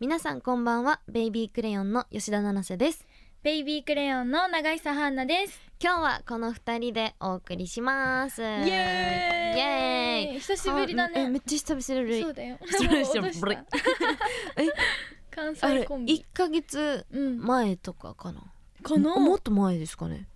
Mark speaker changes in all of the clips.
Speaker 1: 皆さんこんばんはベイビークレヨンの吉田七瀬です
Speaker 2: ベイビークレヨンの長久ハンナです。
Speaker 1: 今日はこの二人でお送りしますイ
Speaker 2: イエーイ
Speaker 1: エーイ
Speaker 2: 久しぶりだ
Speaker 1: あえめ
Speaker 2: ね
Speaker 1: っ。ちゃ久々
Speaker 2: そう
Speaker 1: に
Speaker 2: だよ。
Speaker 1: 失礼し
Speaker 2: も
Speaker 1: た
Speaker 2: う 落と
Speaker 1: ブレ え
Speaker 2: 関
Speaker 1: あ
Speaker 2: 西
Speaker 1: れ
Speaker 2: コン
Speaker 1: 一
Speaker 2: ビ。
Speaker 1: ヶ月
Speaker 2: うん。
Speaker 1: 前とかかな
Speaker 2: この。
Speaker 1: もっと前ですかね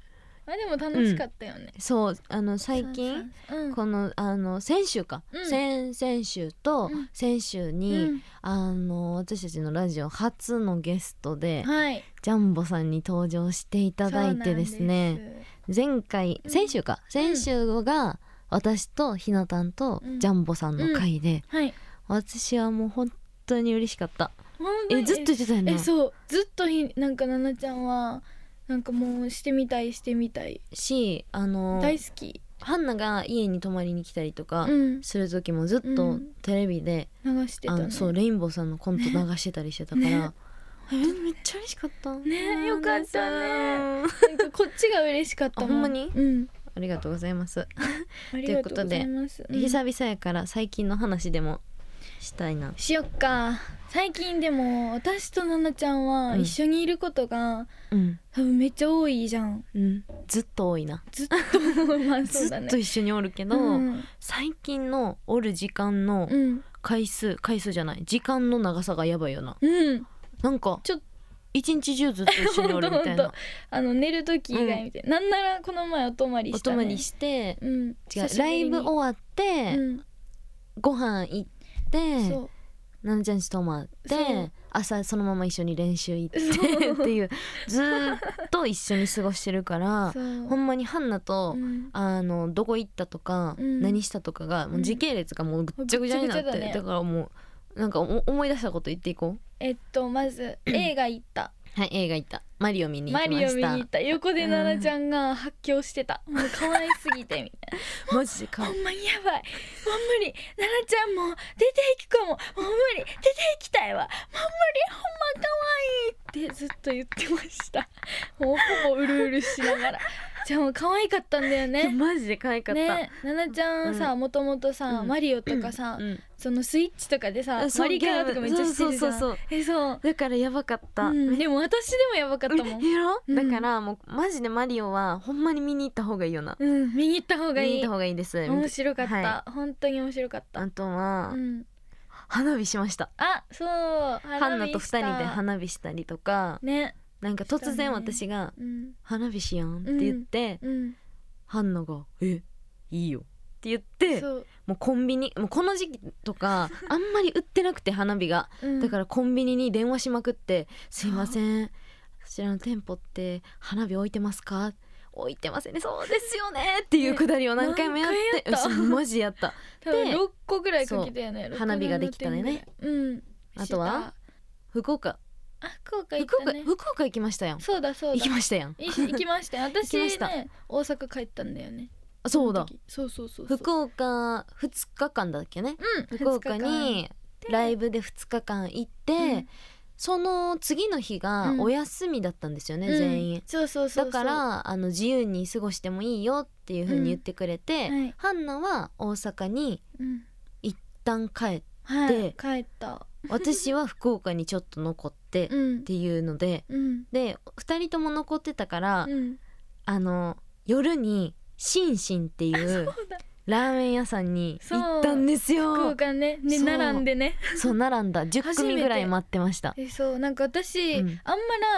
Speaker 2: あでも楽しかったよね。
Speaker 1: そうあの最近
Speaker 2: さんさん。うん。
Speaker 1: このあの先週か、
Speaker 2: うん
Speaker 1: 先々週と
Speaker 2: うん
Speaker 1: 先週
Speaker 2: う
Speaker 1: に、
Speaker 2: ん
Speaker 1: あの私たちのラジオ初のゲストで、
Speaker 2: はい。
Speaker 1: ジャンボさんに登場していただいてですね前回
Speaker 2: うん
Speaker 1: 先週か、先週が私とひなたんと
Speaker 2: うん
Speaker 1: ジャンボさんの回で、
Speaker 2: そうなんです。はい。
Speaker 1: 私はもう本当に嬉しかった
Speaker 2: 本当に
Speaker 1: えずっと言ってたよ
Speaker 2: え
Speaker 1: ね
Speaker 2: そうずっとひなんかななちゃんはなんかもうしてみたいしてみたい
Speaker 1: しあの
Speaker 2: 大好き。
Speaker 1: ハンナが家に泊まりに来たりとか
Speaker 2: うん。
Speaker 1: する時もずっと
Speaker 2: うん
Speaker 1: テレビで、
Speaker 2: 流してた
Speaker 1: あ
Speaker 2: ね。
Speaker 1: のそうレインボーさんのコント流してたりしてたから、
Speaker 2: ね
Speaker 1: えめっちゃ嬉しかった
Speaker 2: ねよかったね
Speaker 1: うん
Speaker 2: なんかこっちが嬉しかったもん。
Speaker 1: あほんまに
Speaker 2: うん。
Speaker 1: ありがとうございます、
Speaker 2: ありがとうございます。うん
Speaker 1: 久々やから最近の話でもしたいな
Speaker 2: しよっか最近でも私とナナちゃんは
Speaker 1: うん
Speaker 2: 一緒にいることが
Speaker 1: うん、
Speaker 2: 多分めっちゃ多いじゃん
Speaker 1: うん、ずっと多いな、
Speaker 2: ずっとまあそう
Speaker 1: ず
Speaker 2: だね
Speaker 1: っと一緒におるけど、
Speaker 2: うん
Speaker 1: 最近のおる時間の
Speaker 2: うん、
Speaker 1: 回数回数じゃない時間の長さがやばいよな
Speaker 2: うん、
Speaker 1: なんか
Speaker 2: ちょ
Speaker 1: 一日中ずっと一緒におるみたい
Speaker 2: ほん
Speaker 1: な
Speaker 2: とあの寝る時以外みたいな、なんならこの前お泊まり
Speaker 1: お
Speaker 2: した、
Speaker 1: 泊
Speaker 2: ね、
Speaker 1: まりして、
Speaker 2: うん
Speaker 1: 違
Speaker 2: 久
Speaker 1: う
Speaker 2: しぶ
Speaker 1: ラ
Speaker 2: り
Speaker 1: イ
Speaker 2: に
Speaker 1: ブ終わって、
Speaker 2: うん
Speaker 1: ご飯行って
Speaker 2: そう
Speaker 1: ななちゃんち泊まっ
Speaker 2: そ
Speaker 1: て
Speaker 2: う
Speaker 1: 朝そのまま一緒に練習行って
Speaker 2: そう
Speaker 1: っていうずーっと一緒に過ごしてるから
Speaker 2: そう
Speaker 1: ほんまにハンナと、
Speaker 2: うん
Speaker 1: あのどこ行ったとか、
Speaker 2: うん
Speaker 1: 何したとかがもう時系列がもうぐっちゃぐちゃになって、
Speaker 2: ぐっちゃぐちゃだ
Speaker 1: だ
Speaker 2: ね
Speaker 1: からもうなんかお思い出したこと言っていこ
Speaker 2: えっとまず 映画行った
Speaker 1: うはい映画行ったマリオ見に行
Speaker 2: マ
Speaker 1: きま
Speaker 2: リオ
Speaker 1: し
Speaker 2: 見に
Speaker 1: た
Speaker 2: 行った横でナナちゃんが発狂してたもう可愛すぎてみたいな
Speaker 1: マジか
Speaker 2: ほんまにやばい。もう無理。奈々ちゃんもう出ていくかも。もう無理。出ていきたいわ。もう無理。ほんま可愛いってずっと言ってました。もうほぼうるうるしながら。じゃあもう可愛かったんだよね。
Speaker 1: マジで可愛かった、
Speaker 2: ね、奈々ちゃんさ、もともとさ、
Speaker 1: うん
Speaker 2: マリオとかさ、
Speaker 1: うん、
Speaker 2: そのスイッチとかでさ、
Speaker 1: そう
Speaker 2: マリカーとかめっちゃしてるじゃん。
Speaker 1: そうそうそうそう
Speaker 2: え、そう。
Speaker 1: だからやばかった、
Speaker 2: うん、でも私でもやばかったもん。
Speaker 1: やろ、
Speaker 2: うん
Speaker 1: だからもうマジでマリオはほんまに見に行った方がいいよな
Speaker 2: うん、見に行った方が
Speaker 1: 見に行
Speaker 2: い
Speaker 1: っ
Speaker 2: い
Speaker 1: た。方がいいです
Speaker 2: 面白かった、
Speaker 1: は
Speaker 2: 本当に面白かった。
Speaker 1: あとは、
Speaker 2: うん。
Speaker 1: 花火しました
Speaker 2: あ、そう。
Speaker 1: ハ
Speaker 2: ハ
Speaker 1: ンナと二人で花火したりとか
Speaker 2: ね、
Speaker 1: なんか突然
Speaker 2: したね
Speaker 1: 私が
Speaker 2: うん
Speaker 1: 「花火しやん」って言って、
Speaker 2: うん、
Speaker 1: ハンナが「えいいよ」って言って
Speaker 2: そう、
Speaker 1: もうコンビニもうこの時期とか あんまり売ってなくて花火が
Speaker 2: うん、
Speaker 1: だかららコンビニに電話しまくって「すいませんそちらの店舗って花火置いてますか?」置いてませんねそうですよねっていうくだりを何回もやって
Speaker 2: 何回やった
Speaker 1: 嘘マジやった
Speaker 2: 多分
Speaker 1: で
Speaker 2: 六個ぐらいかけたよね。
Speaker 1: そう
Speaker 2: 六
Speaker 1: 花火ができたね。
Speaker 2: 七点ぐらいうん。
Speaker 1: あとは福岡
Speaker 2: したあ、福岡行っ
Speaker 1: 福
Speaker 2: た
Speaker 1: 岡
Speaker 2: ね。
Speaker 1: 福岡行きましたやん
Speaker 2: そうだそう
Speaker 1: 行
Speaker 2: だ。
Speaker 1: きましたやん
Speaker 2: い行きましたよ。私
Speaker 1: 行きま
Speaker 2: ね、大阪帰ったんだよね。
Speaker 1: あそうだ
Speaker 2: の時。そうそうそうそう。
Speaker 1: 福岡2日間だっけね
Speaker 2: うん。
Speaker 1: 福岡にライブで2日間行って、
Speaker 2: うん
Speaker 1: その次の日がお休みだったんですよね、
Speaker 2: うん
Speaker 1: 全員。
Speaker 2: そうそうそう
Speaker 1: だ
Speaker 2: そう。
Speaker 1: から
Speaker 2: は
Speaker 1: あの自由に過ごしてもいいよっていう風に言ってくれて、
Speaker 2: い。
Speaker 1: ハンナは大阪に
Speaker 2: うん。
Speaker 1: 一旦帰っ て
Speaker 2: はい。帰った。
Speaker 1: 私は福岡にちょっと残ってっ
Speaker 2: うん。
Speaker 1: ていうので
Speaker 2: うん。
Speaker 1: で2人とも残ってたから、
Speaker 2: うん。
Speaker 1: あの夜にシンシンっていう
Speaker 2: そうだ。
Speaker 1: ラーメン屋さんに
Speaker 2: そう
Speaker 1: 行ったんです
Speaker 2: 福
Speaker 1: よ。
Speaker 2: 岡ね、ね
Speaker 1: そう
Speaker 2: 並んでね。
Speaker 1: そう並んだ10組ぐらい待ってました。
Speaker 2: え、そうなんか
Speaker 1: う
Speaker 2: 私、あん
Speaker 1: ん
Speaker 2: ま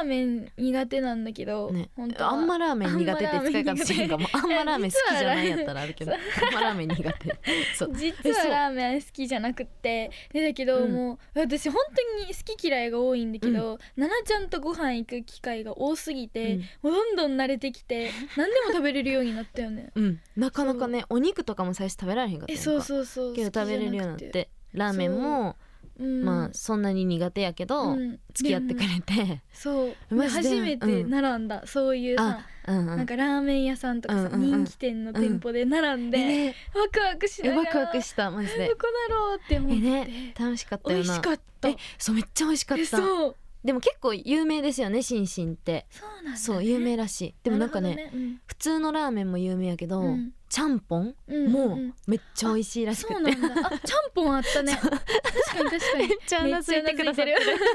Speaker 2: ラーメン苦手なんだけど、
Speaker 1: ね
Speaker 2: 本当は
Speaker 1: あんまラーメン苦手って使い方してへんかもあんま
Speaker 2: ま
Speaker 1: ラ
Speaker 2: ラ
Speaker 1: ーメ
Speaker 2: ーメ
Speaker 1: ン好き
Speaker 2: ン苦手
Speaker 1: じゃないやったらあるけどあんまラーメン苦手そう
Speaker 2: 実
Speaker 1: え
Speaker 2: は
Speaker 1: そう
Speaker 2: ラーメン好きじゃなくってねだけど、
Speaker 1: うん
Speaker 2: もう私本当に好き嫌いが多いんだけど、ななちゃんとご飯行く機会が多すぎて、
Speaker 1: うん
Speaker 2: もうどんどん慣れてきて何でも食べれるようになった よね
Speaker 1: うんなかなかねお肉とかも最初食べられへんかった
Speaker 2: え
Speaker 1: やんか
Speaker 2: そうそうそう
Speaker 1: けど食べれるようになってラーメンもまあそんなに苦手やけど付き合ってくれ
Speaker 2: る
Speaker 1: て
Speaker 2: そう
Speaker 1: マ
Speaker 2: で
Speaker 1: ジで
Speaker 2: 初めて
Speaker 1: うん
Speaker 2: 並んだ、そういうさ
Speaker 1: あうんう
Speaker 2: なん
Speaker 1: ん
Speaker 2: かラーメン屋さんとかさ、
Speaker 1: うんうんうん
Speaker 2: 人気店の店舗で並んで、
Speaker 1: ね
Speaker 2: ワクワクし
Speaker 1: え
Speaker 2: ながら
Speaker 1: ワクワクしたマジで
Speaker 2: どこだろうって思
Speaker 1: え
Speaker 2: って、
Speaker 1: ね楽しかった
Speaker 2: 美
Speaker 1: よ
Speaker 2: 味し
Speaker 1: な
Speaker 2: かった
Speaker 1: えそうめっちゃ美味しかっ
Speaker 2: え
Speaker 1: た
Speaker 2: そう
Speaker 1: でも結構有名ですよねシンシンって
Speaker 2: そうなんだ、ね、
Speaker 1: そう有名らしいでもなんかね
Speaker 2: るほどね
Speaker 1: 普通のラーメンも有名やけど、
Speaker 2: うん
Speaker 1: ちゃんぽん
Speaker 2: うんん
Speaker 1: も
Speaker 2: ん
Speaker 1: うめっちゃ美味しいらしく
Speaker 2: そう
Speaker 1: て、
Speaker 2: なんだあちゃんぽんあっ たね確かに確かに
Speaker 1: めっちゃうなずいてくださってる
Speaker 2: めっちゃうなずいて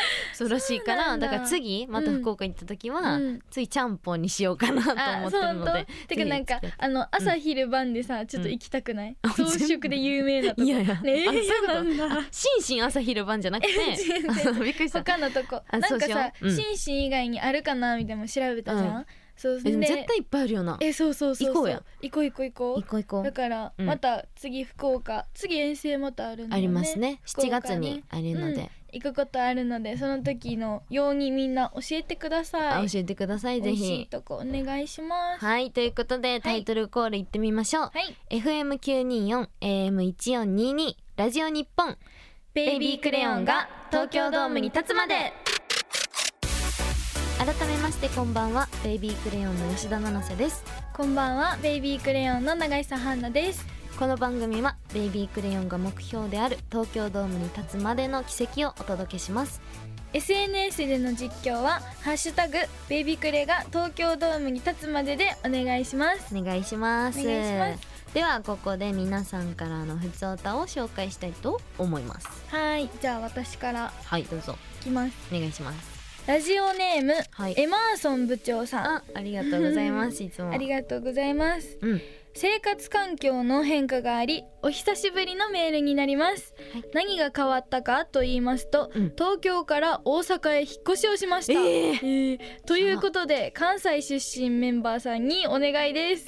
Speaker 2: る
Speaker 1: そうらしいか
Speaker 2: そうな
Speaker 1: ら
Speaker 2: んだ
Speaker 1: だから次また福岡行った時は、
Speaker 2: うん
Speaker 1: ついちゃんぽんにしようかなと思
Speaker 2: あ
Speaker 1: って
Speaker 2: そう
Speaker 1: る
Speaker 2: 本
Speaker 1: の
Speaker 2: 当
Speaker 1: で
Speaker 2: てかなんか
Speaker 1: ぜひ
Speaker 2: あの朝昼晩でさちょっと行きたくない
Speaker 1: あ
Speaker 2: 朝食で有名なとこ
Speaker 1: いやいや、
Speaker 2: ねえ
Speaker 1: あそういうこと
Speaker 2: 嫌なんだ
Speaker 1: 心身朝昼晩じゃなくて
Speaker 2: 全然
Speaker 1: あの びっくりした
Speaker 2: 他のとこな
Speaker 1: あ
Speaker 2: んか
Speaker 1: そうしよ
Speaker 2: さ
Speaker 1: ううん
Speaker 2: 心身以外にあるかなみたいなの調べたじゃ
Speaker 1: うん
Speaker 2: そう
Speaker 1: えでも
Speaker 2: で
Speaker 1: 絶対いっぱいあるよな
Speaker 2: えそうそうそうそう
Speaker 1: 行こうや
Speaker 2: 行こう行こう行こ
Speaker 1: 行
Speaker 2: う
Speaker 1: こう行こ
Speaker 2: だ
Speaker 1: う
Speaker 2: から
Speaker 1: うん
Speaker 2: また次福岡次遠征またあるんだ
Speaker 1: あ
Speaker 2: よ
Speaker 1: りますね
Speaker 2: 福岡
Speaker 1: 7月にあるので、
Speaker 2: 行くことあるのでその時のようにみんな教えてくださ
Speaker 1: あ
Speaker 2: い
Speaker 1: 教えてください
Speaker 2: 美
Speaker 1: ぜ
Speaker 2: 味しい
Speaker 1: ひ
Speaker 2: とこお願いします
Speaker 1: はいということでタイトルコール行ってみましょう、
Speaker 2: はい
Speaker 1: FM924 AM1422 ラジオ日本
Speaker 2: ベ
Speaker 1: ベイビークレヨンが東京ドームに立つまで改めましてこんばんはベイビークレヨンの吉田七瀬です
Speaker 2: こんばんはベイビークレヨンの永井さんハンナです
Speaker 1: この番組はベイビークレヨンが目標である東京ドームに立つまでの奇跡をお届けします
Speaker 2: SNS での実況はハッシュタグベイビークレが東京ドームに立つまででお願いします
Speaker 1: お願いします
Speaker 2: お願いします
Speaker 1: ではここで皆さんからのふつおたを紹介したいと思います
Speaker 2: はいじゃあ私から
Speaker 1: はいどうぞ
Speaker 2: いきます
Speaker 1: お願いします
Speaker 2: ラジオネーム、
Speaker 1: はい
Speaker 2: エマーソン部長さん
Speaker 1: あありがとうございますいつも
Speaker 2: ありがとうございます
Speaker 1: うん
Speaker 2: 生活環境の変化がありお久しぶりのメールになります、
Speaker 1: はい
Speaker 2: 何が変わったかと言いますと、
Speaker 1: うん
Speaker 2: 東京から大阪へ引っ越しをしました、
Speaker 1: え
Speaker 2: えーということで関西出身メンバーさんにお願いです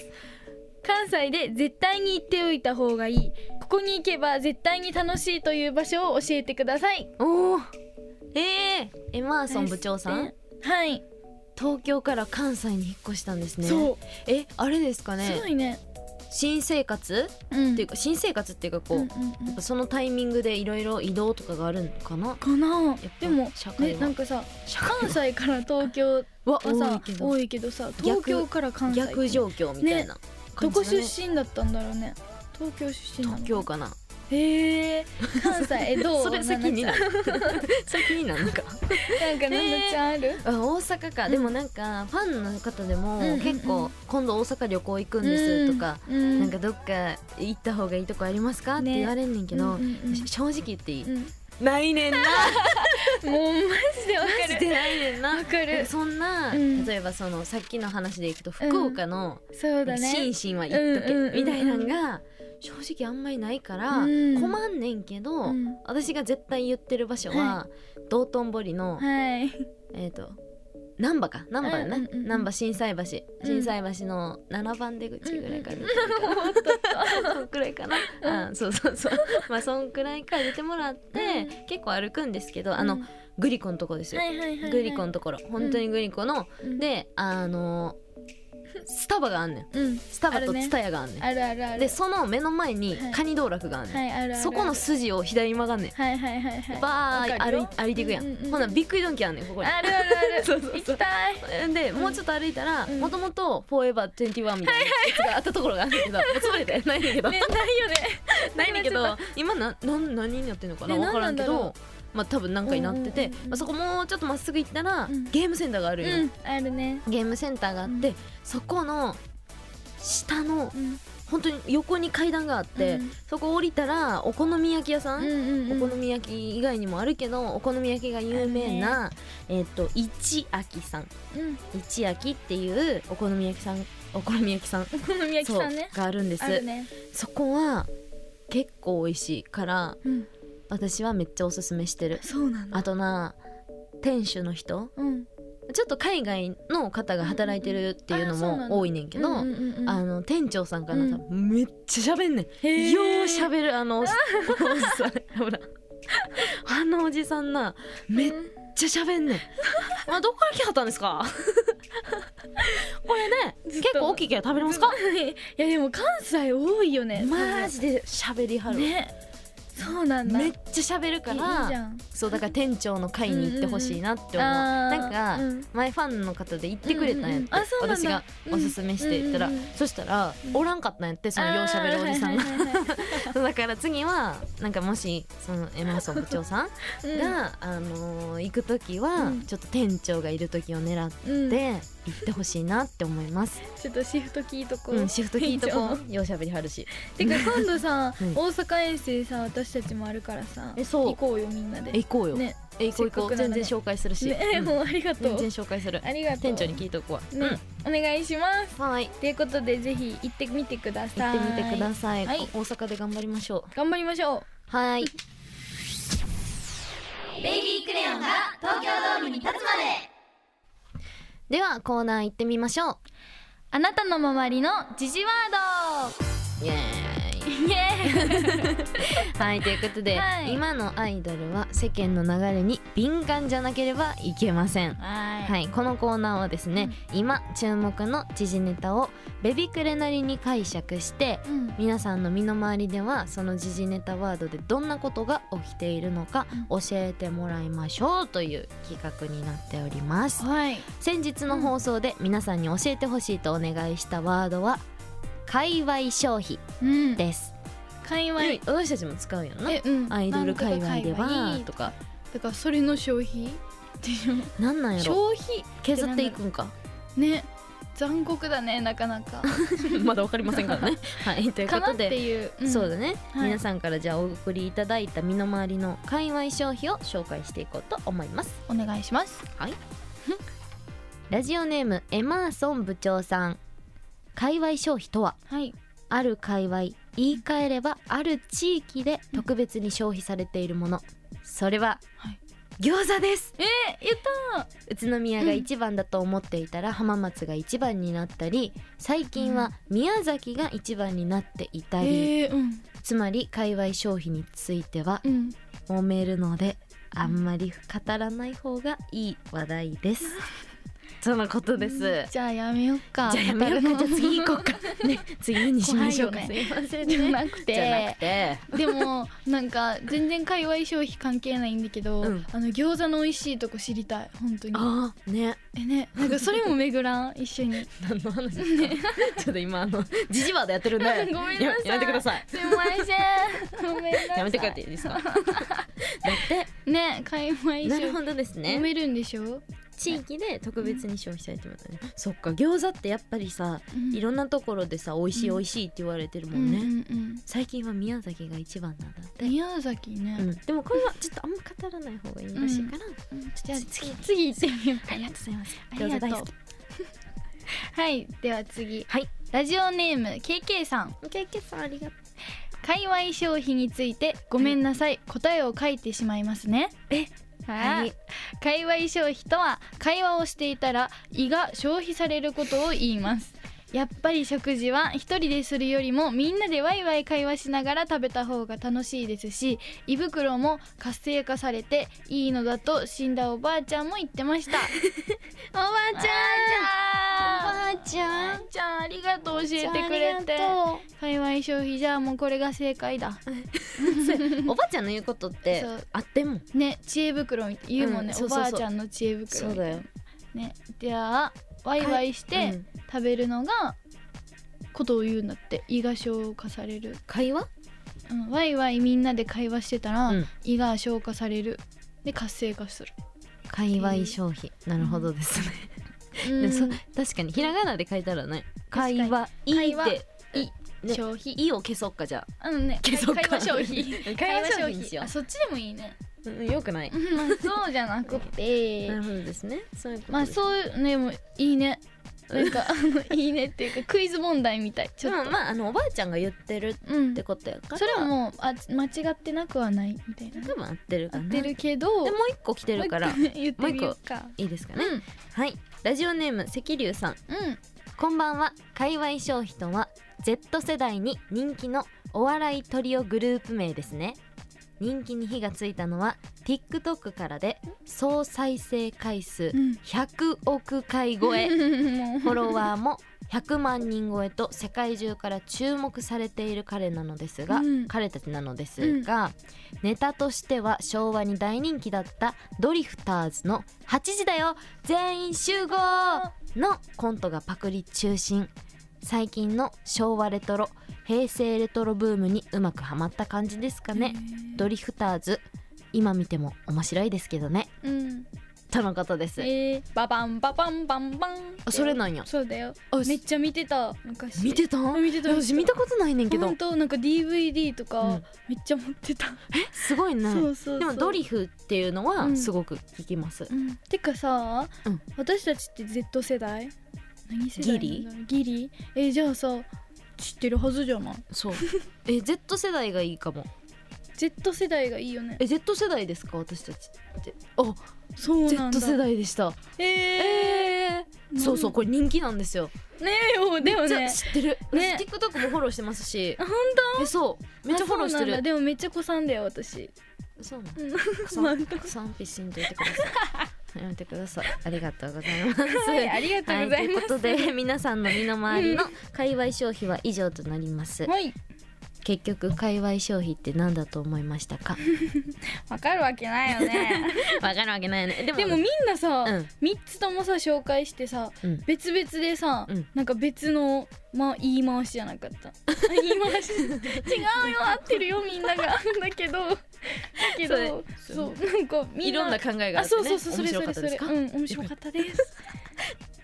Speaker 2: 関西で絶対に行っておいた方がいいここに行けば絶対に楽しいという場所を教えてください
Speaker 1: おおえー、エマーソン部長さ
Speaker 2: で
Speaker 1: ん
Speaker 2: すってはい、
Speaker 1: 東京から関西に引っ越したんですね
Speaker 2: そう
Speaker 1: えあれですか
Speaker 2: す
Speaker 1: ね
Speaker 2: ごいね、
Speaker 1: 新生活
Speaker 2: うん、
Speaker 1: っていうか新生活っていうかこう、
Speaker 2: うんうんうん
Speaker 1: そのタイミングでいろいろ移動とかがあるのかな
Speaker 2: かな
Speaker 1: ぱ
Speaker 2: でも
Speaker 1: 社会
Speaker 2: ね
Speaker 1: は
Speaker 2: なんかさ
Speaker 1: 社
Speaker 2: 関西から東京
Speaker 1: は
Speaker 2: は
Speaker 1: 多い
Speaker 2: さ
Speaker 1: けど
Speaker 2: 多いけどさ東京から関西
Speaker 1: 逆状況みたいな
Speaker 2: ど
Speaker 1: 感じだ
Speaker 2: こ
Speaker 1: ね
Speaker 2: 出身だったんだろうね東京出身なの
Speaker 1: 東京かな
Speaker 2: へえ関西えどう
Speaker 1: それ先にな
Speaker 2: ななち
Speaker 1: る 先になるのか
Speaker 2: ゃんなんかななちゃんある
Speaker 1: あ大阪か、
Speaker 2: うん
Speaker 1: でもなんかファンの方でも
Speaker 2: うんうんうん
Speaker 1: 結構今度大阪旅行行くんですとか、
Speaker 2: ううん
Speaker 1: なんかどっか行った方がいいとこありますか、
Speaker 2: ね
Speaker 1: って言われんねんけど、
Speaker 2: うんうんうん
Speaker 1: し正直言っていい、
Speaker 2: うん
Speaker 1: ないねんな
Speaker 2: もうマジでわ
Speaker 1: マジ
Speaker 2: か
Speaker 1: で
Speaker 2: る
Speaker 1: ないねんな
Speaker 2: わかる
Speaker 1: そんな、
Speaker 2: うん
Speaker 1: 例えばそのさっきの話でいくと福岡の、
Speaker 2: そうだ
Speaker 1: 心
Speaker 2: ね
Speaker 1: 身は言っとけ、
Speaker 2: うんうんうんうん
Speaker 1: みたいなのが正直あんまりないから、
Speaker 2: うん
Speaker 1: 困んねんけど、
Speaker 2: うん
Speaker 1: 私が絶対言ってる場所は、道頓堀の、
Speaker 2: はい
Speaker 1: えっ、と難波か難波だね、
Speaker 2: うんうんうん
Speaker 1: 難波心斎橋
Speaker 2: うん
Speaker 1: 心斎橋の7番出口ぐらいから出て るかな そんくらいかな、あそうそうそうまあそんくらいから出てもらって、結構歩くんですけどあの、
Speaker 2: うんは
Speaker 1: グリコのとこです
Speaker 2: い
Speaker 1: よ、
Speaker 2: はいはいはい
Speaker 1: グリコのところ本当にグリコの、
Speaker 2: うん
Speaker 1: であのスタバがあんねん
Speaker 2: うん
Speaker 1: スタバと
Speaker 2: あるね
Speaker 1: ツタヤがあんねん
Speaker 2: あるあるある
Speaker 1: でその目の前に
Speaker 2: はい
Speaker 1: カニ道楽があんねん、
Speaker 2: はいあるあるある
Speaker 1: そこの筋を左に曲がんねん、
Speaker 2: はいはいはいはい
Speaker 1: バー
Speaker 2: わかる
Speaker 1: 歩い
Speaker 2: よ
Speaker 1: 歩いていくやん,、
Speaker 2: うんうんうん
Speaker 1: ほなビッグドンキあんねんここに
Speaker 2: あるあるある
Speaker 1: そうそうそう
Speaker 2: 行きたい
Speaker 1: でもうちょっと歩いたら
Speaker 2: うん
Speaker 1: もともと「フォーエバー21」みたいなやつがあったところがあるん だけどもう潰れてないねんだけど、
Speaker 2: ねないよね
Speaker 1: ないねんだけ
Speaker 2: な
Speaker 1: ど今ななん何になってんのかな
Speaker 2: ね
Speaker 1: 分からんけ
Speaker 2: なんなんだろ
Speaker 1: どまあ多分なんかになってて、
Speaker 2: うんうんうんうん
Speaker 1: まあ、そこもうちょっとまっすぐ行ったら、
Speaker 2: うん
Speaker 1: ゲームセンターがあるよ、
Speaker 2: うんあるね
Speaker 1: ゲームセンターがあって、
Speaker 2: うん
Speaker 1: そこの下の
Speaker 2: うん
Speaker 1: 本当に横に階段があって、
Speaker 2: うん
Speaker 1: そこ降りたらお好み焼き屋さん、
Speaker 2: うんうん
Speaker 1: お好み焼き以外にもあるけどお好み焼きが有名な、えっ、と一秋さん
Speaker 2: うん
Speaker 1: 一秋っていうお好み焼きさんお好み焼きさん
Speaker 2: お好み焼きさんね
Speaker 1: そうがあるんです、
Speaker 2: あるね
Speaker 1: そこは結構美味しいから
Speaker 2: うん
Speaker 1: 私はめっちゃおすすめしてる
Speaker 2: そうなん
Speaker 1: あとな店主の人
Speaker 2: うん
Speaker 1: ちょっと海外の方が働いてるっていうの
Speaker 2: うんうんうんあそうなんだ
Speaker 1: も多いねんけど、
Speaker 2: うんうんうん
Speaker 1: あの店長さんかな、
Speaker 2: うん
Speaker 1: 多分めっちゃ喋んねん
Speaker 2: へー
Speaker 1: よう喋るあのおじおじさんほらあのおじさんなめっちゃ喋んねん あどこから来はったんですかこれね
Speaker 2: ずっと
Speaker 1: 結構大きいけど食べ れますか
Speaker 2: いやでも関西多いよね
Speaker 1: マジで喋りはるわ、
Speaker 2: ねそうなんだ
Speaker 1: めっちゃ喋るか
Speaker 2: いいいいじ
Speaker 1: ら
Speaker 2: ゃん
Speaker 1: そうだから店長の会に行ってほしいなって思う
Speaker 2: あー
Speaker 1: なんか
Speaker 2: うん
Speaker 1: 前ファンの方で行ってくれたんやって、
Speaker 2: うんうんうんあそうなんだ
Speaker 1: 私がおすすめして言ったら、
Speaker 2: うんうんうん
Speaker 1: そしたら、
Speaker 2: うん
Speaker 1: おらんかったんやってそのようしゃべるおじさんが、
Speaker 2: あーはいはいはいはい
Speaker 1: だから次はなんかもしそのエマーソン部長さん
Speaker 2: うん
Speaker 1: が、あのー行く時は、
Speaker 2: うん
Speaker 1: ちょっと店長がいる時を狙っ
Speaker 2: うん
Speaker 1: て行ってほしいなって思います、
Speaker 2: ちょっとシフト聞いとこ
Speaker 1: うん
Speaker 2: う
Speaker 1: シフト聞いと
Speaker 2: 店
Speaker 1: こ
Speaker 2: 長
Speaker 1: うようしゃべりはるして
Speaker 2: か今度 さ
Speaker 1: うん
Speaker 2: 大阪遠征さ私たちもあるからさ
Speaker 1: えそう
Speaker 2: 行こうよみんなで
Speaker 1: え行こうよ、
Speaker 2: ね
Speaker 1: え行こう行こう
Speaker 2: せっかくな
Speaker 1: 全
Speaker 2: らね
Speaker 1: 然紹介するし、
Speaker 2: ね
Speaker 1: うん
Speaker 2: もうありがと
Speaker 1: 全
Speaker 2: う
Speaker 1: 然紹介する
Speaker 2: ありがとう
Speaker 1: 店長に聞いとこうわ、
Speaker 2: ねお願いしま
Speaker 1: う
Speaker 2: す
Speaker 1: ん、はい
Speaker 2: ということでぜひ行ってみてくだ
Speaker 1: 行
Speaker 2: さ
Speaker 1: っ
Speaker 2: い
Speaker 1: てみてください、
Speaker 2: はい
Speaker 1: お大阪で頑張りましょ
Speaker 2: 頑張りましょう
Speaker 1: うはい
Speaker 3: ベイビークレヨンが東京ドームに立つまで
Speaker 1: ではコーナー行ってみましょ
Speaker 2: あなたの周りの時事ワー
Speaker 1: うイエーイ
Speaker 2: ドイエーイ
Speaker 1: はいということで、
Speaker 2: はい
Speaker 1: 今のアイドルは世間の流れに敏感じゃなければいけません
Speaker 2: は
Speaker 1: はい、このコーナーはですね、今注目の時事ネタをベビクレなりに解釈して
Speaker 2: うん
Speaker 1: 皆さんの身の回りではその時事ネタワードでどんなことが起きているのか教えてもらいましょうという企画になっております
Speaker 2: はい
Speaker 1: 先日の放送で皆さんに教えてほしいとお願いしたワードは界隈消費
Speaker 2: うん
Speaker 1: です、
Speaker 2: 界隈
Speaker 1: うん私たちも使うよな
Speaker 2: えうん
Speaker 1: アイドル界隈で
Speaker 2: な
Speaker 1: は
Speaker 2: ん
Speaker 1: と
Speaker 2: とか
Speaker 1: か
Speaker 2: だからそれの消費でしょ
Speaker 1: なんなんやろ
Speaker 2: 消費
Speaker 1: 削っていくんか
Speaker 2: ね残酷だねなか なか
Speaker 1: まだわかりませんからねはいというこ
Speaker 2: かな
Speaker 1: と
Speaker 2: っ
Speaker 1: で
Speaker 2: ていう、ん
Speaker 1: そうだね、
Speaker 2: はい
Speaker 1: 皆さんからじゃあお送りいただいた身の回りの界隈消費を紹介していこうと思います
Speaker 2: お願いします
Speaker 1: ラジオネームエマーソン部長さん界隈消費とは
Speaker 2: はい
Speaker 1: ある界隈言い換えればある地域で特別に消費されているものそれは
Speaker 2: はい
Speaker 1: 餃子 です
Speaker 2: えー、言っ
Speaker 1: 宇都宮が一番だと思っていたら浜松が一番になったり最近は宮崎が一番になってい
Speaker 2: た
Speaker 1: たり、
Speaker 2: えー、うん
Speaker 1: つまり界隈消費については
Speaker 2: うん
Speaker 1: 揉めるのであんまり語らない方がいい話題 です。とのことです。じ
Speaker 2: じゃあやめよっか
Speaker 1: ゃあやめようか。じゃあ次行こう
Speaker 2: か
Speaker 1: か。 ね、次にしましょうか。
Speaker 2: 怖
Speaker 1: すいません
Speaker 2: じゃ
Speaker 1: ね。
Speaker 2: なく
Speaker 1: じゃな
Speaker 2: て
Speaker 1: くて、
Speaker 2: でもなんか全然界隈消費関係ないんだけど、
Speaker 1: うん
Speaker 2: あの餃子の美味しいとこ知りたい本当に
Speaker 1: ああ、ね、
Speaker 2: えねなんかそれも巡らん一緒に
Speaker 1: 何の話です か。ちょっと今あのジジバーでやって るんで、
Speaker 2: ごめんなさい
Speaker 1: ややめてください。
Speaker 2: すいませんごめんな さい
Speaker 1: やめてくれていいです か。だって、
Speaker 2: ね界隈
Speaker 1: なる
Speaker 2: 消
Speaker 1: ほどです
Speaker 2: 費揉
Speaker 1: ね。
Speaker 2: めるんでしょ、
Speaker 1: 地域で特別に消費されてるんだね。そっか、餃子ってやっぱりさ、
Speaker 2: うん
Speaker 1: いろんなところでさ、美味しい美味しいって言われてるもんね。
Speaker 2: うんうんうん
Speaker 1: 最近は宮崎が一番なんだって、
Speaker 2: 宮崎ね、
Speaker 1: うん、でもこれはちょっとあんま語らない方がいいらしいから、
Speaker 2: じゃあ次次行ってみようかな
Speaker 1: ございます
Speaker 2: あり
Speaker 1: 餃子
Speaker 2: がと
Speaker 1: 大
Speaker 2: う
Speaker 1: 好き
Speaker 2: はいでは次
Speaker 1: はい
Speaker 2: ラジオネーム KK さん
Speaker 1: ケイケさんありがとう
Speaker 2: 界隈消費についてごめんなさい、答えを書いてしまいますね
Speaker 1: え
Speaker 2: は
Speaker 1: はいい、
Speaker 2: 界隈消費とは会話をしていたら胃が消費されることを言いますやっぱり食事は一人でするよりもみんなでワイワイ会話しながら食べた方が楽しいですし胃袋も活性化されていいのだと死んだおばあちゃんも言ってました
Speaker 1: おばあちゃんお
Speaker 2: ゃ
Speaker 1: ばあちゃん
Speaker 2: ちゃんありがとう教えてく
Speaker 1: あ
Speaker 2: れ
Speaker 1: りが
Speaker 2: て
Speaker 1: と
Speaker 2: 界隈消費じゃあもうこれが正解だ
Speaker 1: うおばあちゃんの言うこと って
Speaker 2: そう
Speaker 1: あっても
Speaker 2: ね知恵袋みたい言うもんね、
Speaker 1: うんそう
Speaker 2: お
Speaker 1: そうそう
Speaker 2: ばあちゃんの知恵袋みたいな
Speaker 1: そう
Speaker 2: ねじゃあワイワイして、
Speaker 1: うん
Speaker 2: 食べるのがことを言うんだって胃が消化される、
Speaker 1: 会話
Speaker 2: うん、ワイワイみんなで会話してたら、
Speaker 1: うん
Speaker 2: 胃が消化されるで活性化する、
Speaker 1: 界隈消費なるほどですね、
Speaker 2: うん
Speaker 1: でもそ確かにひらがなで書いたらね
Speaker 2: 確か
Speaker 1: 会
Speaker 2: に
Speaker 1: 話いい
Speaker 2: 会話
Speaker 1: ってね
Speaker 2: 消費
Speaker 1: いを消そうかじ ゃ
Speaker 2: あのね
Speaker 1: 消そうか
Speaker 2: 会話消費
Speaker 1: 会話消費にしよう
Speaker 2: あそっちでもいいね
Speaker 1: あ、うん、よくない
Speaker 2: うん そうじゃなくて
Speaker 1: なるほどですねそういうこと
Speaker 2: まあ
Speaker 1: です
Speaker 2: そういうねもういいねな んかあのいいねっていうかクイズ問題みたいち
Speaker 1: で
Speaker 2: ょっ
Speaker 1: もまああのおばあちゃんが言ってる
Speaker 2: と、うん
Speaker 1: って、ことやから
Speaker 2: それはもうあ間違ってなくはないみたいな
Speaker 1: 多分合ってるか
Speaker 2: 合
Speaker 1: な
Speaker 2: ってるけど
Speaker 1: でもう一個来てるから
Speaker 2: もう一個言ってみようか
Speaker 1: いいですか
Speaker 2: う
Speaker 1: ね、
Speaker 2: ん
Speaker 1: はいラジオネーム関龍さん
Speaker 2: うん
Speaker 1: こんばんは界隈消費とは Z 世代に人気のお笑いトリオグループ名ですね人気に火がついたのは TikTok からで総再生回数
Speaker 2: うん
Speaker 1: 100億回超えフォロワーも100万人超えと世界中から注目されている彼なのですが、
Speaker 2: うん
Speaker 1: 彼たちなのですが、ネタとしては昭和に大人気だったドリフターズの「8時だよ全員集合!」のコントがパクリ中心最近の昭和レトロ平成レトロブームにうまくはまった感じですかね。ドリフターズ今見ても面白いですけどね
Speaker 2: うん
Speaker 1: とのことです、
Speaker 2: えー、ババンババンバンバン
Speaker 1: あそれなんや
Speaker 2: そうだよ
Speaker 1: あ
Speaker 2: めっちゃ見てた昔
Speaker 1: 見てた
Speaker 2: うん見てた
Speaker 1: いや私見たことないねんけ
Speaker 2: ほ
Speaker 1: ど
Speaker 2: んとなんか DVD と
Speaker 1: う
Speaker 2: か
Speaker 1: ん
Speaker 2: めっちゃ持ってた、
Speaker 1: すごいね
Speaker 2: そうそうそう
Speaker 1: でもドリフっていうの
Speaker 2: う
Speaker 1: は
Speaker 2: ん
Speaker 1: すごく聞きます、
Speaker 2: うん、てかさ、
Speaker 1: うん
Speaker 2: 私たちって Z 世代何世代なんだろうギリえーじゃあさ知ってるはずじゃない
Speaker 1: そうえ Z 世代がいいかも
Speaker 2: Z 世代がいいよね
Speaker 1: え Z 世代ですか私たちってあ
Speaker 2: そうなんだ
Speaker 1: Z 世代でした
Speaker 2: え
Speaker 1: ええ
Speaker 2: ー
Speaker 1: そうそうこれ人気なんですよ
Speaker 2: ねえよでも
Speaker 1: じゃあ
Speaker 2: ね
Speaker 1: 知ってる、
Speaker 2: ね
Speaker 1: 私 TikTok もフォローしてますし
Speaker 2: あ本
Speaker 1: えそう
Speaker 2: 当
Speaker 1: めっちゃフォローして
Speaker 2: あそうなんだ
Speaker 1: る
Speaker 2: でもめっちゃ子さんだよ私
Speaker 1: そうなの
Speaker 2: うん
Speaker 1: そう
Speaker 2: また
Speaker 1: 賛否しんといてくださ いやめてくださいありがとうございます
Speaker 2: はいありがとうございま
Speaker 1: はい、と
Speaker 2: す
Speaker 1: いうことで皆さんの身の回りの界隈消費は以上となります
Speaker 2: はい
Speaker 1: 結局界隈消費って何だと思いましたか
Speaker 2: わかるわけないよね
Speaker 1: わかるわけないよねでも
Speaker 2: でもみんなさ、
Speaker 1: うん
Speaker 2: 三3つともさ紹介してさ、
Speaker 1: うん
Speaker 2: 別々でさ、
Speaker 1: うん
Speaker 2: なんか別の、まあ、言い回しじゃなかった言い回し違うよ合ってるよみんな がだけどだけど
Speaker 1: そ
Speaker 2: そううなんかみ
Speaker 1: い
Speaker 2: んな
Speaker 1: ろんな考えがあ
Speaker 2: あ
Speaker 1: って、ね、
Speaker 2: そうそうそうそれ
Speaker 1: 面白
Speaker 2: そ
Speaker 1: か
Speaker 2: れ
Speaker 1: った
Speaker 2: そ
Speaker 1: です
Speaker 2: れ
Speaker 1: か
Speaker 2: うん面白かったです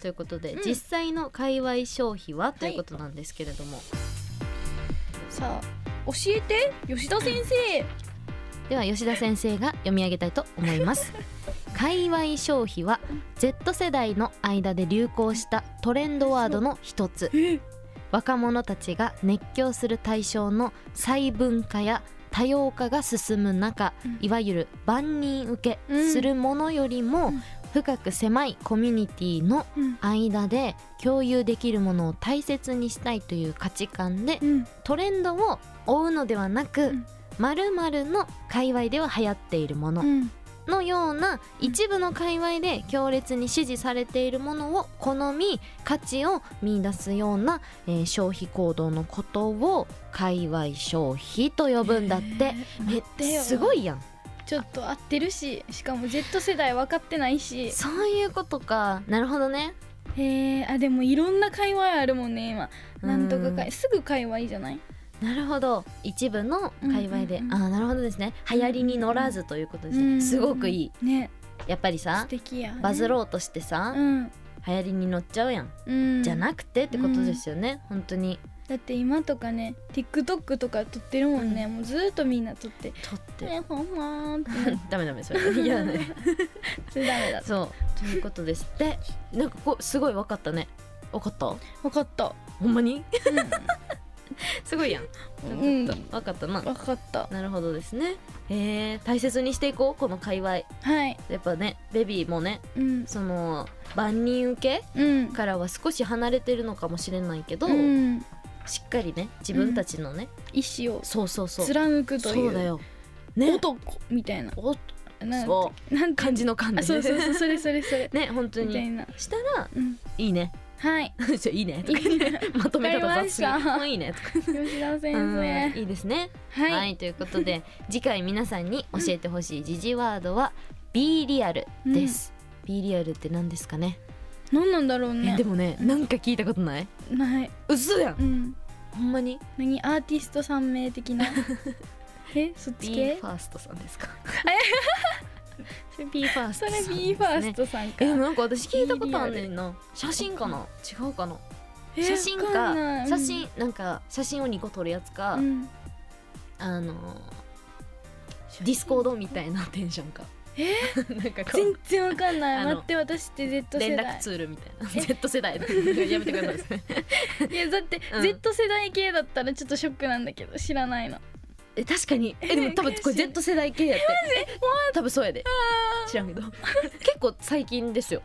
Speaker 1: ということで、
Speaker 2: うん
Speaker 1: 実際の界隈消費はということなんですけれども、
Speaker 2: さあ教えて吉田先生
Speaker 1: では吉田先生が読み上げたいと思います 界隈消費は Z 世代の間で流行したトレンドワードの一つ
Speaker 2: え
Speaker 1: 若者たちが熱狂する対象の細分化や多様化が進む中、
Speaker 2: うん
Speaker 1: いわゆる万人受
Speaker 2: う
Speaker 1: け
Speaker 2: ん
Speaker 1: するものよりも
Speaker 2: うん
Speaker 1: 深く狭いコミュニティの
Speaker 2: うん
Speaker 1: 間で共有できるものを大切にしたいという価値観で
Speaker 2: うん
Speaker 1: トレンドを追うのではなく
Speaker 2: ん
Speaker 1: 〇〇の界隈では流行っているもの
Speaker 2: うん
Speaker 1: のような一部の界隈で強烈に支持されているものを好み価値を見出すような、えー消費行動のことを界隈消費と呼ぶんだって、
Speaker 2: 待って
Speaker 1: え
Speaker 2: よ
Speaker 1: すごいやん
Speaker 2: ちょっと合ってるししかも Z 世代分かってないし
Speaker 1: そういうことかなるほどね
Speaker 2: へえあでもいろんな会話あるもんね今
Speaker 1: うん
Speaker 2: なんとか会すぐ会話いいじゃない
Speaker 1: なるほど一部の界隈で、
Speaker 2: うんうんうん
Speaker 1: ああなるほどですね流行りに乗らずということですね、
Speaker 2: うん
Speaker 1: すごくいい
Speaker 2: ね
Speaker 1: やっぱり
Speaker 2: 素
Speaker 1: さ
Speaker 2: 敵や
Speaker 1: バズろうとしてさ、
Speaker 2: うん
Speaker 1: 流行りに乗っちゃうやん、
Speaker 2: うん
Speaker 1: じゃなくてってことですよね、本当に
Speaker 2: だって今とかね TikTok とか撮ってるもんねもうずーっとみんな撮って
Speaker 1: 撮って、
Speaker 2: ねほんまーってなっ
Speaker 1: ダメダメそれ嫌だね
Speaker 2: てダメだ
Speaker 1: そうということですでなんかこうすごい分かったね 分かった
Speaker 2: 分かった
Speaker 1: ほんまに
Speaker 2: う
Speaker 1: すごいやん
Speaker 2: ん
Speaker 1: 分か
Speaker 2: うん
Speaker 1: った,、かったな
Speaker 2: 分かった
Speaker 1: なるほどですねへえ大切にしていこうこの界隈や
Speaker 2: はい
Speaker 1: っぱねベビーもね
Speaker 2: うん
Speaker 1: その万人受
Speaker 2: うん
Speaker 1: けからは少し離れてるのかもしれないけど、
Speaker 2: うん
Speaker 1: しっかりね自分たちのね、
Speaker 2: 意思を
Speaker 1: そうそうそう
Speaker 2: 貫くとい
Speaker 1: そう
Speaker 2: う
Speaker 1: だよね
Speaker 2: 男みたいな
Speaker 1: お
Speaker 2: なん
Speaker 1: そ
Speaker 2: なん て
Speaker 1: 漢字の感
Speaker 2: あ
Speaker 1: じ
Speaker 2: そうそうそうそれそれそ れ
Speaker 1: ね本当
Speaker 2: みたい
Speaker 1: に
Speaker 2: な
Speaker 1: したら
Speaker 2: うん
Speaker 1: いい ね
Speaker 2: はい
Speaker 1: ちょいいねとか言ってまとめ方雑すぎ
Speaker 2: わかりました
Speaker 1: もういい ねとか
Speaker 2: 吉田先
Speaker 1: うん
Speaker 2: 生
Speaker 1: いいですね
Speaker 2: はい、
Speaker 1: はい、ということで次回皆さんに教えてほしい時事ワードは B リアルです、B リアルって何ですかね
Speaker 2: 何なんだろう
Speaker 1: え
Speaker 2: ね
Speaker 1: でもねなんか聞いたことない
Speaker 2: ない、
Speaker 1: 嘘やん
Speaker 2: うん、
Speaker 1: ほんまに
Speaker 2: 何アーティスト三名的 なえそっち
Speaker 1: B
Speaker 2: 系
Speaker 1: ファーストさんです かそれ B ファース
Speaker 2: そ
Speaker 1: ト
Speaker 2: れ
Speaker 1: さんですね
Speaker 2: B ファーストさんか、
Speaker 1: えなんか私聞いたことあんねんな写真かな違うかな
Speaker 2: え
Speaker 1: 写真
Speaker 2: わんな
Speaker 1: か
Speaker 2: い
Speaker 1: 写真なんか写真を2個撮るやつか、
Speaker 2: うんうん
Speaker 1: あのーディスコードみたいなテンションか
Speaker 2: え
Speaker 1: なんかこう
Speaker 2: 全然わかんな
Speaker 1: あ
Speaker 2: い
Speaker 1: の
Speaker 2: 待って私って Z 世
Speaker 1: 連絡
Speaker 2: 代
Speaker 1: ツールみたいな Z 世代やめてくだ さい
Speaker 2: いやだって
Speaker 1: うん
Speaker 2: Z 世代系だったらちょっとショックなんだけど知らないの
Speaker 1: え確かにえでも多分これ Z 世代系やってえ多分そうやで知らんけど結構最近ですよ、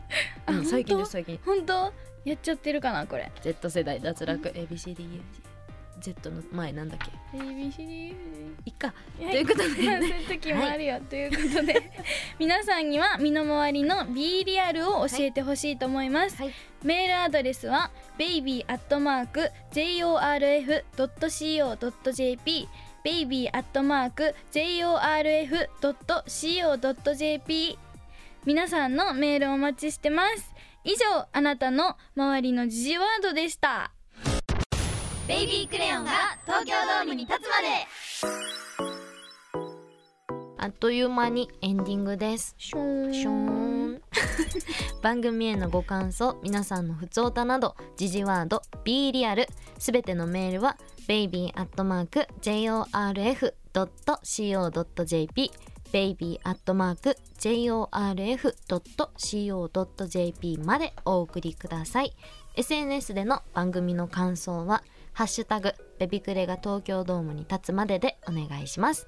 Speaker 2: あ
Speaker 1: うん、最近
Speaker 2: 本
Speaker 1: で
Speaker 2: 当
Speaker 1: す最近
Speaker 2: 本当やっちゃってるかなこれ
Speaker 1: Z 世代脱落 ABCDEFG Z の前なんだっけ
Speaker 2: ABCD
Speaker 1: いっか
Speaker 2: と
Speaker 1: ということでね
Speaker 2: そういう時もあるよ、ということで皆さんには身の回りの B リアルを教えてほしいと思います、
Speaker 1: はい
Speaker 2: メールアドレスは baby.jorf.co.jp baby.jorf.co.jp 皆さんのメールお待ちしてます以上あなたの周りの時事ワードでした
Speaker 3: ベイビークレヨンが東京ドームに立つまで
Speaker 1: あっという間にエンディングです
Speaker 2: ショ
Speaker 1: ショーン番組へのご感想皆さんのふつおたなど時事ワード B リアルすべてのメールは baby.jorf.co.jp baby.jorf.co.jp までお送りください SNS での番組の感想は「ハッシュタグベビクレが東京ドームに立つまで」でお願いします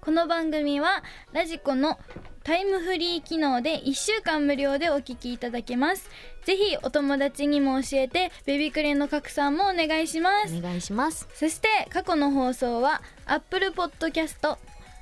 Speaker 2: この番組はラジコのタイムフリー機能で1週間無料でお聞きいただけますぜひお友達にも教えてベビクレの拡散もお願いします
Speaker 1: お願いします
Speaker 2: そして過去の放送は Apple Podcast、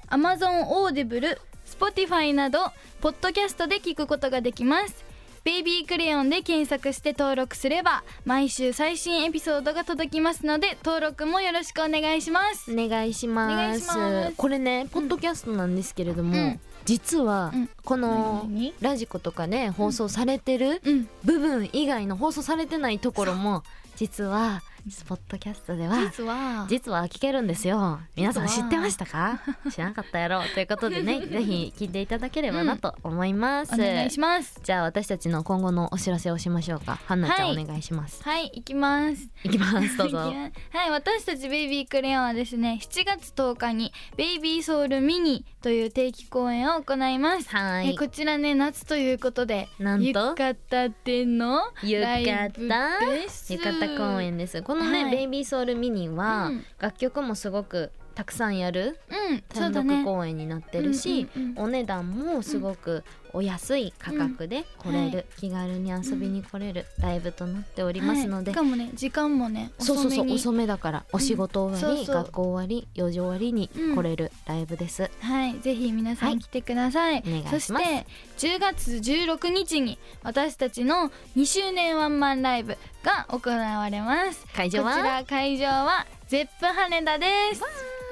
Speaker 2: Amazon Audible、Spotify などポッドキャストで聞くことができます。ベイビークレヨンで検索して登録すれば毎週最新エピソードが届きますので登録もよろしくお願いします。
Speaker 1: お願いし
Speaker 2: お願
Speaker 1: ま
Speaker 2: い
Speaker 1: す
Speaker 2: します
Speaker 1: これねポッドキャストなんですけれども、
Speaker 2: うん
Speaker 1: 実は
Speaker 2: うん
Speaker 1: この
Speaker 2: 何
Speaker 1: ラジコとかで放送されてる
Speaker 2: うん、
Speaker 1: 部分以外の放送されてないところも実はポッドキャストでは
Speaker 2: は
Speaker 1: 実は聞けるんですよ皆さん知
Speaker 2: 実は
Speaker 1: ってました か知らなかったやろということでねぜひ聞いていただければなと思います、
Speaker 2: お願いします。
Speaker 1: じゃあ私たちの今後のお知らせをしましょうかはんなちゃん
Speaker 2: はい
Speaker 1: お願いします、
Speaker 2: はい、行きます。
Speaker 1: い、きますどうぞ
Speaker 2: はい私たちベイビークレヨンはですね7月10日にベイビーソウルミニという定期公演を行います
Speaker 1: は
Speaker 2: え
Speaker 1: い
Speaker 2: こちらね夏ということで
Speaker 1: なんと
Speaker 2: 浴衣での
Speaker 1: 浴
Speaker 2: ライブ
Speaker 1: 衣
Speaker 2: です
Speaker 1: 浴衣公演ですこのね、
Speaker 2: はい
Speaker 1: ベイビーソウルミニは、
Speaker 2: うん
Speaker 1: 楽曲もすごくたくさんやる
Speaker 2: うんそ
Speaker 1: 単
Speaker 2: うだ
Speaker 1: 独
Speaker 2: ね
Speaker 1: 公演になってるし、
Speaker 2: うんうんうん
Speaker 1: お値段もすごくお安い価格で来れる、
Speaker 2: は
Speaker 1: 気軽に遊びに来れるライブとなっておりますので、
Speaker 2: はいしかもね時間もね
Speaker 1: そうそうそう遅
Speaker 2: う
Speaker 1: めだからお仕事終わり、
Speaker 2: そうそう
Speaker 1: 学校終わり4時終わりに来れるライブです、
Speaker 2: はいぜひ皆さ
Speaker 1: はい
Speaker 2: ん来てください、
Speaker 1: お願いします
Speaker 2: そして10月16日に私たちの2周年ワンマンライブが行われます
Speaker 1: 会場は
Speaker 2: こちら会場はゼップ羽田です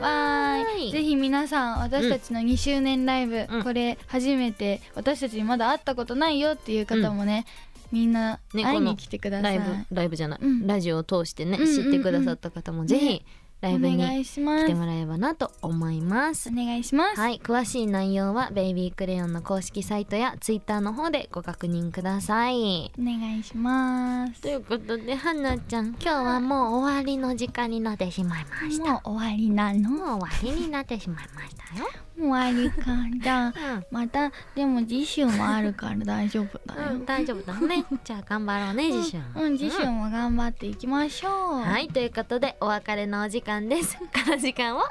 Speaker 2: わ
Speaker 1: ーい
Speaker 2: ーいぜひ皆さん私たちの2周年ライブ、
Speaker 1: うん
Speaker 2: これ初めて私たちにまだ会ったことないよっていう方もね、みんな
Speaker 1: ね
Speaker 2: 会いに来てくださ
Speaker 1: ラ
Speaker 2: い、
Speaker 1: イブライブじゃない、
Speaker 2: うん
Speaker 1: ラジオを通してね
Speaker 2: うんうんうん
Speaker 1: 知ってくださった方もぜひ
Speaker 2: ね
Speaker 1: ライブ
Speaker 2: お
Speaker 1: に
Speaker 2: 願いしま
Speaker 1: 来
Speaker 2: す
Speaker 1: てもらえればなと思います
Speaker 2: お。願いします、
Speaker 1: はい、詳しい内容はベイビークレヨンの公式サイトやツイッターの方でご確認ください。
Speaker 2: お願いします
Speaker 1: ということで、はなちゃん、今日はもう終わりの時間になってしまいました。
Speaker 2: もう終わりなの
Speaker 1: もう終わりになってしまいましたよ。
Speaker 2: 終わりかだまたでも次週もあるから大丈夫だ
Speaker 1: う
Speaker 2: よ
Speaker 1: ん、大丈夫だね。じゃあ頑張ろうね、次週も。
Speaker 2: うん次週も頑張っていきましょう、
Speaker 1: はい、ということで、お別れのお時間です。 この時間を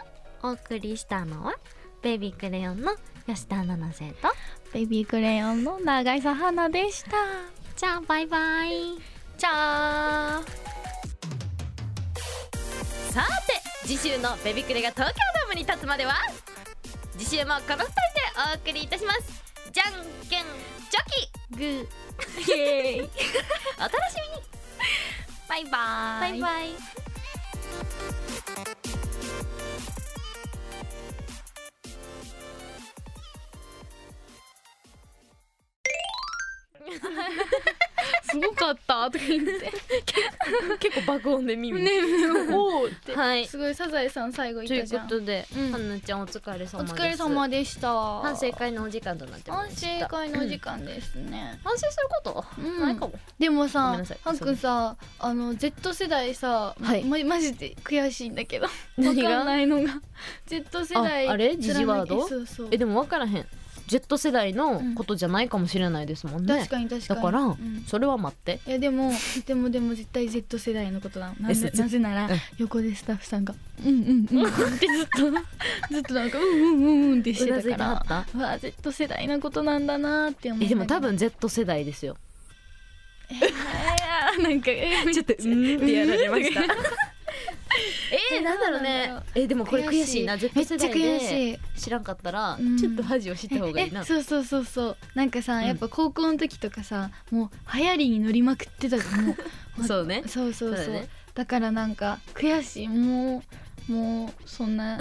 Speaker 1: お送りしたのは、ベイビークレヨンの吉田七瀬と。
Speaker 2: ベビークレヨンの長井さはなでした
Speaker 1: じゃあ、バイバイ。
Speaker 2: じゃあ
Speaker 1: さて次週の「ベビクレ」が東京ドームに立つまでは次週もこの2人でお送りいたしますじゃんけんチョキグー
Speaker 2: イエーイ
Speaker 1: お楽しみに
Speaker 2: バイバ
Speaker 1: バイバイ
Speaker 2: すごかったとか言って
Speaker 1: 結構爆音で耳
Speaker 2: ねおおって、
Speaker 1: はい
Speaker 2: すごいサザエさん最後い
Speaker 1: とい
Speaker 2: た
Speaker 1: う
Speaker 2: じ
Speaker 1: こ
Speaker 2: ゃん
Speaker 1: とで、
Speaker 2: うん
Speaker 1: はんなちゃんお疲れ様
Speaker 2: お
Speaker 1: です
Speaker 2: 疲れ様でした
Speaker 1: 反省会のお時間となってま
Speaker 2: 反
Speaker 1: すた
Speaker 2: 省会のお時間ですね、
Speaker 1: 反省すること、
Speaker 2: うん
Speaker 1: ないかも
Speaker 2: でも
Speaker 1: ごめん
Speaker 2: さ
Speaker 1: なさい、
Speaker 2: ハン君さ、あの Z 世代さ、
Speaker 1: はい
Speaker 2: まマジで悔しいんだけど、わかん
Speaker 1: 何が
Speaker 2: ないのが Z 世代
Speaker 1: ああれ時事ワード
Speaker 2: 貫きそうそう
Speaker 1: えでも分からへん Z 世代のことじゃないかもしれないですもんね、
Speaker 2: 確かに確か
Speaker 1: だ
Speaker 2: に。
Speaker 1: から、
Speaker 2: うん
Speaker 1: それは待って
Speaker 2: いやでもでもでも絶対 Z 世代のことだなぜ
Speaker 1: S
Speaker 2: なぜなら
Speaker 1: うん
Speaker 2: 横でスタッフさんが「うんうんうん」 ってずっとずっとなんか「うんうんうんうん」ってし
Speaker 1: うな
Speaker 2: て
Speaker 1: ずい
Speaker 2: た
Speaker 1: ては
Speaker 2: か
Speaker 1: った
Speaker 2: らうわ Z 世代のことなんだなーって思っ
Speaker 1: え
Speaker 2: た
Speaker 1: でも多分 Z 世代です よ
Speaker 2: えーなんかえー
Speaker 1: ちょっと「うん」ってやられました。 えー、なんだろ
Speaker 4: ど
Speaker 1: う
Speaker 4: うなん
Speaker 1: ね
Speaker 4: だろ
Speaker 1: えでもこれ悔しいな Z
Speaker 2: めっちゃ
Speaker 1: 世代で
Speaker 2: 悔しい
Speaker 1: 知らんかったら
Speaker 4: うん
Speaker 1: ちょっと恥を知った方がいいな、
Speaker 2: えそうそうそうそうなんかさ、
Speaker 1: うん
Speaker 2: やっぱ高校の時とかさもう流行りに乗りまくってたじゃ んもう
Speaker 1: そうね
Speaker 2: そうそうそう
Speaker 1: そ
Speaker 2: だ
Speaker 1: うだね
Speaker 2: からなんか悔しいもうもうそ んな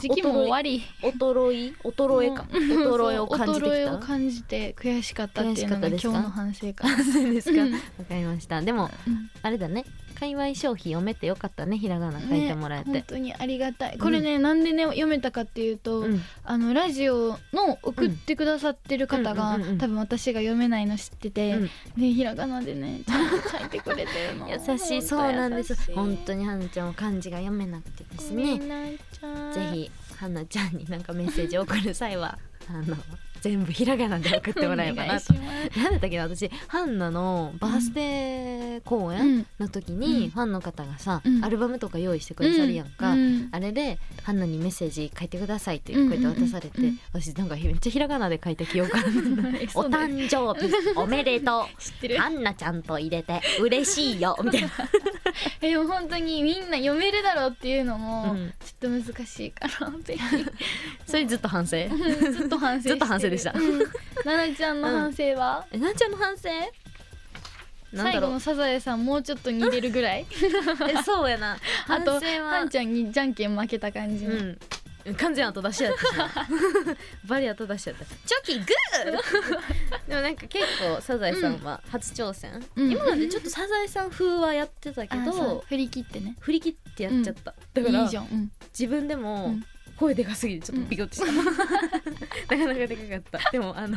Speaker 2: 時期も終わり
Speaker 1: 衰い衰えか、衰えを感じてき
Speaker 2: 衰え
Speaker 1: た
Speaker 2: を感じて悔しかったっていうの
Speaker 1: 悔
Speaker 2: が今
Speaker 1: し
Speaker 2: 日
Speaker 1: かったですか
Speaker 2: の反省か
Speaker 1: そうですか
Speaker 2: うん
Speaker 1: わかりましたでも
Speaker 2: うん
Speaker 1: あれだね界隈消費読めてよかったねひらがな書いてもらえて、
Speaker 2: ね、本当にありがたいこれね、なんでね読めたかっていうと、
Speaker 1: うん
Speaker 2: あのラジオの送ってくださってる方が、
Speaker 1: うんうんうんうん
Speaker 2: 多分私が読めないの知ってて、
Speaker 1: うん
Speaker 2: でひらがなでねちゃんと書いてくれてる の
Speaker 1: 優しいそうなんです本当
Speaker 2: に
Speaker 1: にはなちゃんは漢字が読めなくてですねぜひはなちゃんになんかメッセージを送る際 はあの全部ひらがなで送ってもらえばなとなんだったっけな私ハンナのバースデー公演の時
Speaker 2: う
Speaker 1: に
Speaker 2: ん
Speaker 1: ファンの方がさ、
Speaker 2: うん
Speaker 1: アルバムとか用意してくださるやんか、
Speaker 2: うん
Speaker 1: あれでハンナにメッセージ書いてくださいってこうやって渡されて、
Speaker 2: うんうんうん
Speaker 1: 私なんかめっちゃひらがなで書いた記憶ある んだお誕生日おめでと
Speaker 4: 知って
Speaker 1: う
Speaker 4: る
Speaker 1: ハンナちゃんと入れて嬉しいよみたいな
Speaker 2: えでも本当にみんな読めるだろうっていうのも、
Speaker 1: うん
Speaker 2: ちょっと難しいから ぜひ
Speaker 1: それずっと 反省
Speaker 2: ずっと反省し
Speaker 1: ず
Speaker 2: てる
Speaker 1: っと反省でした
Speaker 2: うん奈々ちゃんの反省は、
Speaker 1: えなんちゃんの反省なん
Speaker 2: 最
Speaker 1: だ
Speaker 2: 後
Speaker 1: ろう
Speaker 2: のサザエさんもうちょっと似てるぐらい
Speaker 1: えそうや な
Speaker 2: あ
Speaker 1: 反省
Speaker 2: と
Speaker 1: は
Speaker 2: はんちゃんにじゃんけん負けた感じの、
Speaker 1: うん完全後出しやったしな バリ後出しやったチョキグー でもなんか結構サザエさんは初挑戦、
Speaker 2: うん
Speaker 1: 今までちょっとサザエさん風はやってたけ
Speaker 2: あそう
Speaker 1: ど
Speaker 2: 振り切ってね
Speaker 1: 振り切ってやっちゃった、だから
Speaker 2: いいじゃん、うん
Speaker 1: 自分でも、
Speaker 2: うん
Speaker 1: 声でかすぎてちょっとビコッてした、 なかなかでかかったでもあの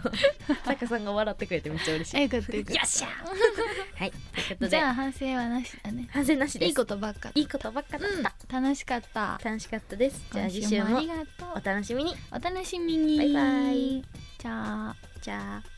Speaker 1: 作家さんが笑ってくれてめっちゃ嬉しい
Speaker 2: あよかったよか
Speaker 1: よっ
Speaker 2: っ
Speaker 1: しゃはいということ
Speaker 2: た
Speaker 1: で
Speaker 2: じゃあ反省はなしだね
Speaker 1: 反省なしです
Speaker 2: いいことばっか
Speaker 1: いいことばっかだっ
Speaker 2: うん
Speaker 1: た、
Speaker 2: 楽しかった
Speaker 1: 楽しかったですじゃあ次
Speaker 2: 今
Speaker 1: 週も
Speaker 2: ありがと
Speaker 1: お楽しみに
Speaker 2: うお楽しみに
Speaker 1: バイバイ
Speaker 2: じゃあ
Speaker 1: じゃあ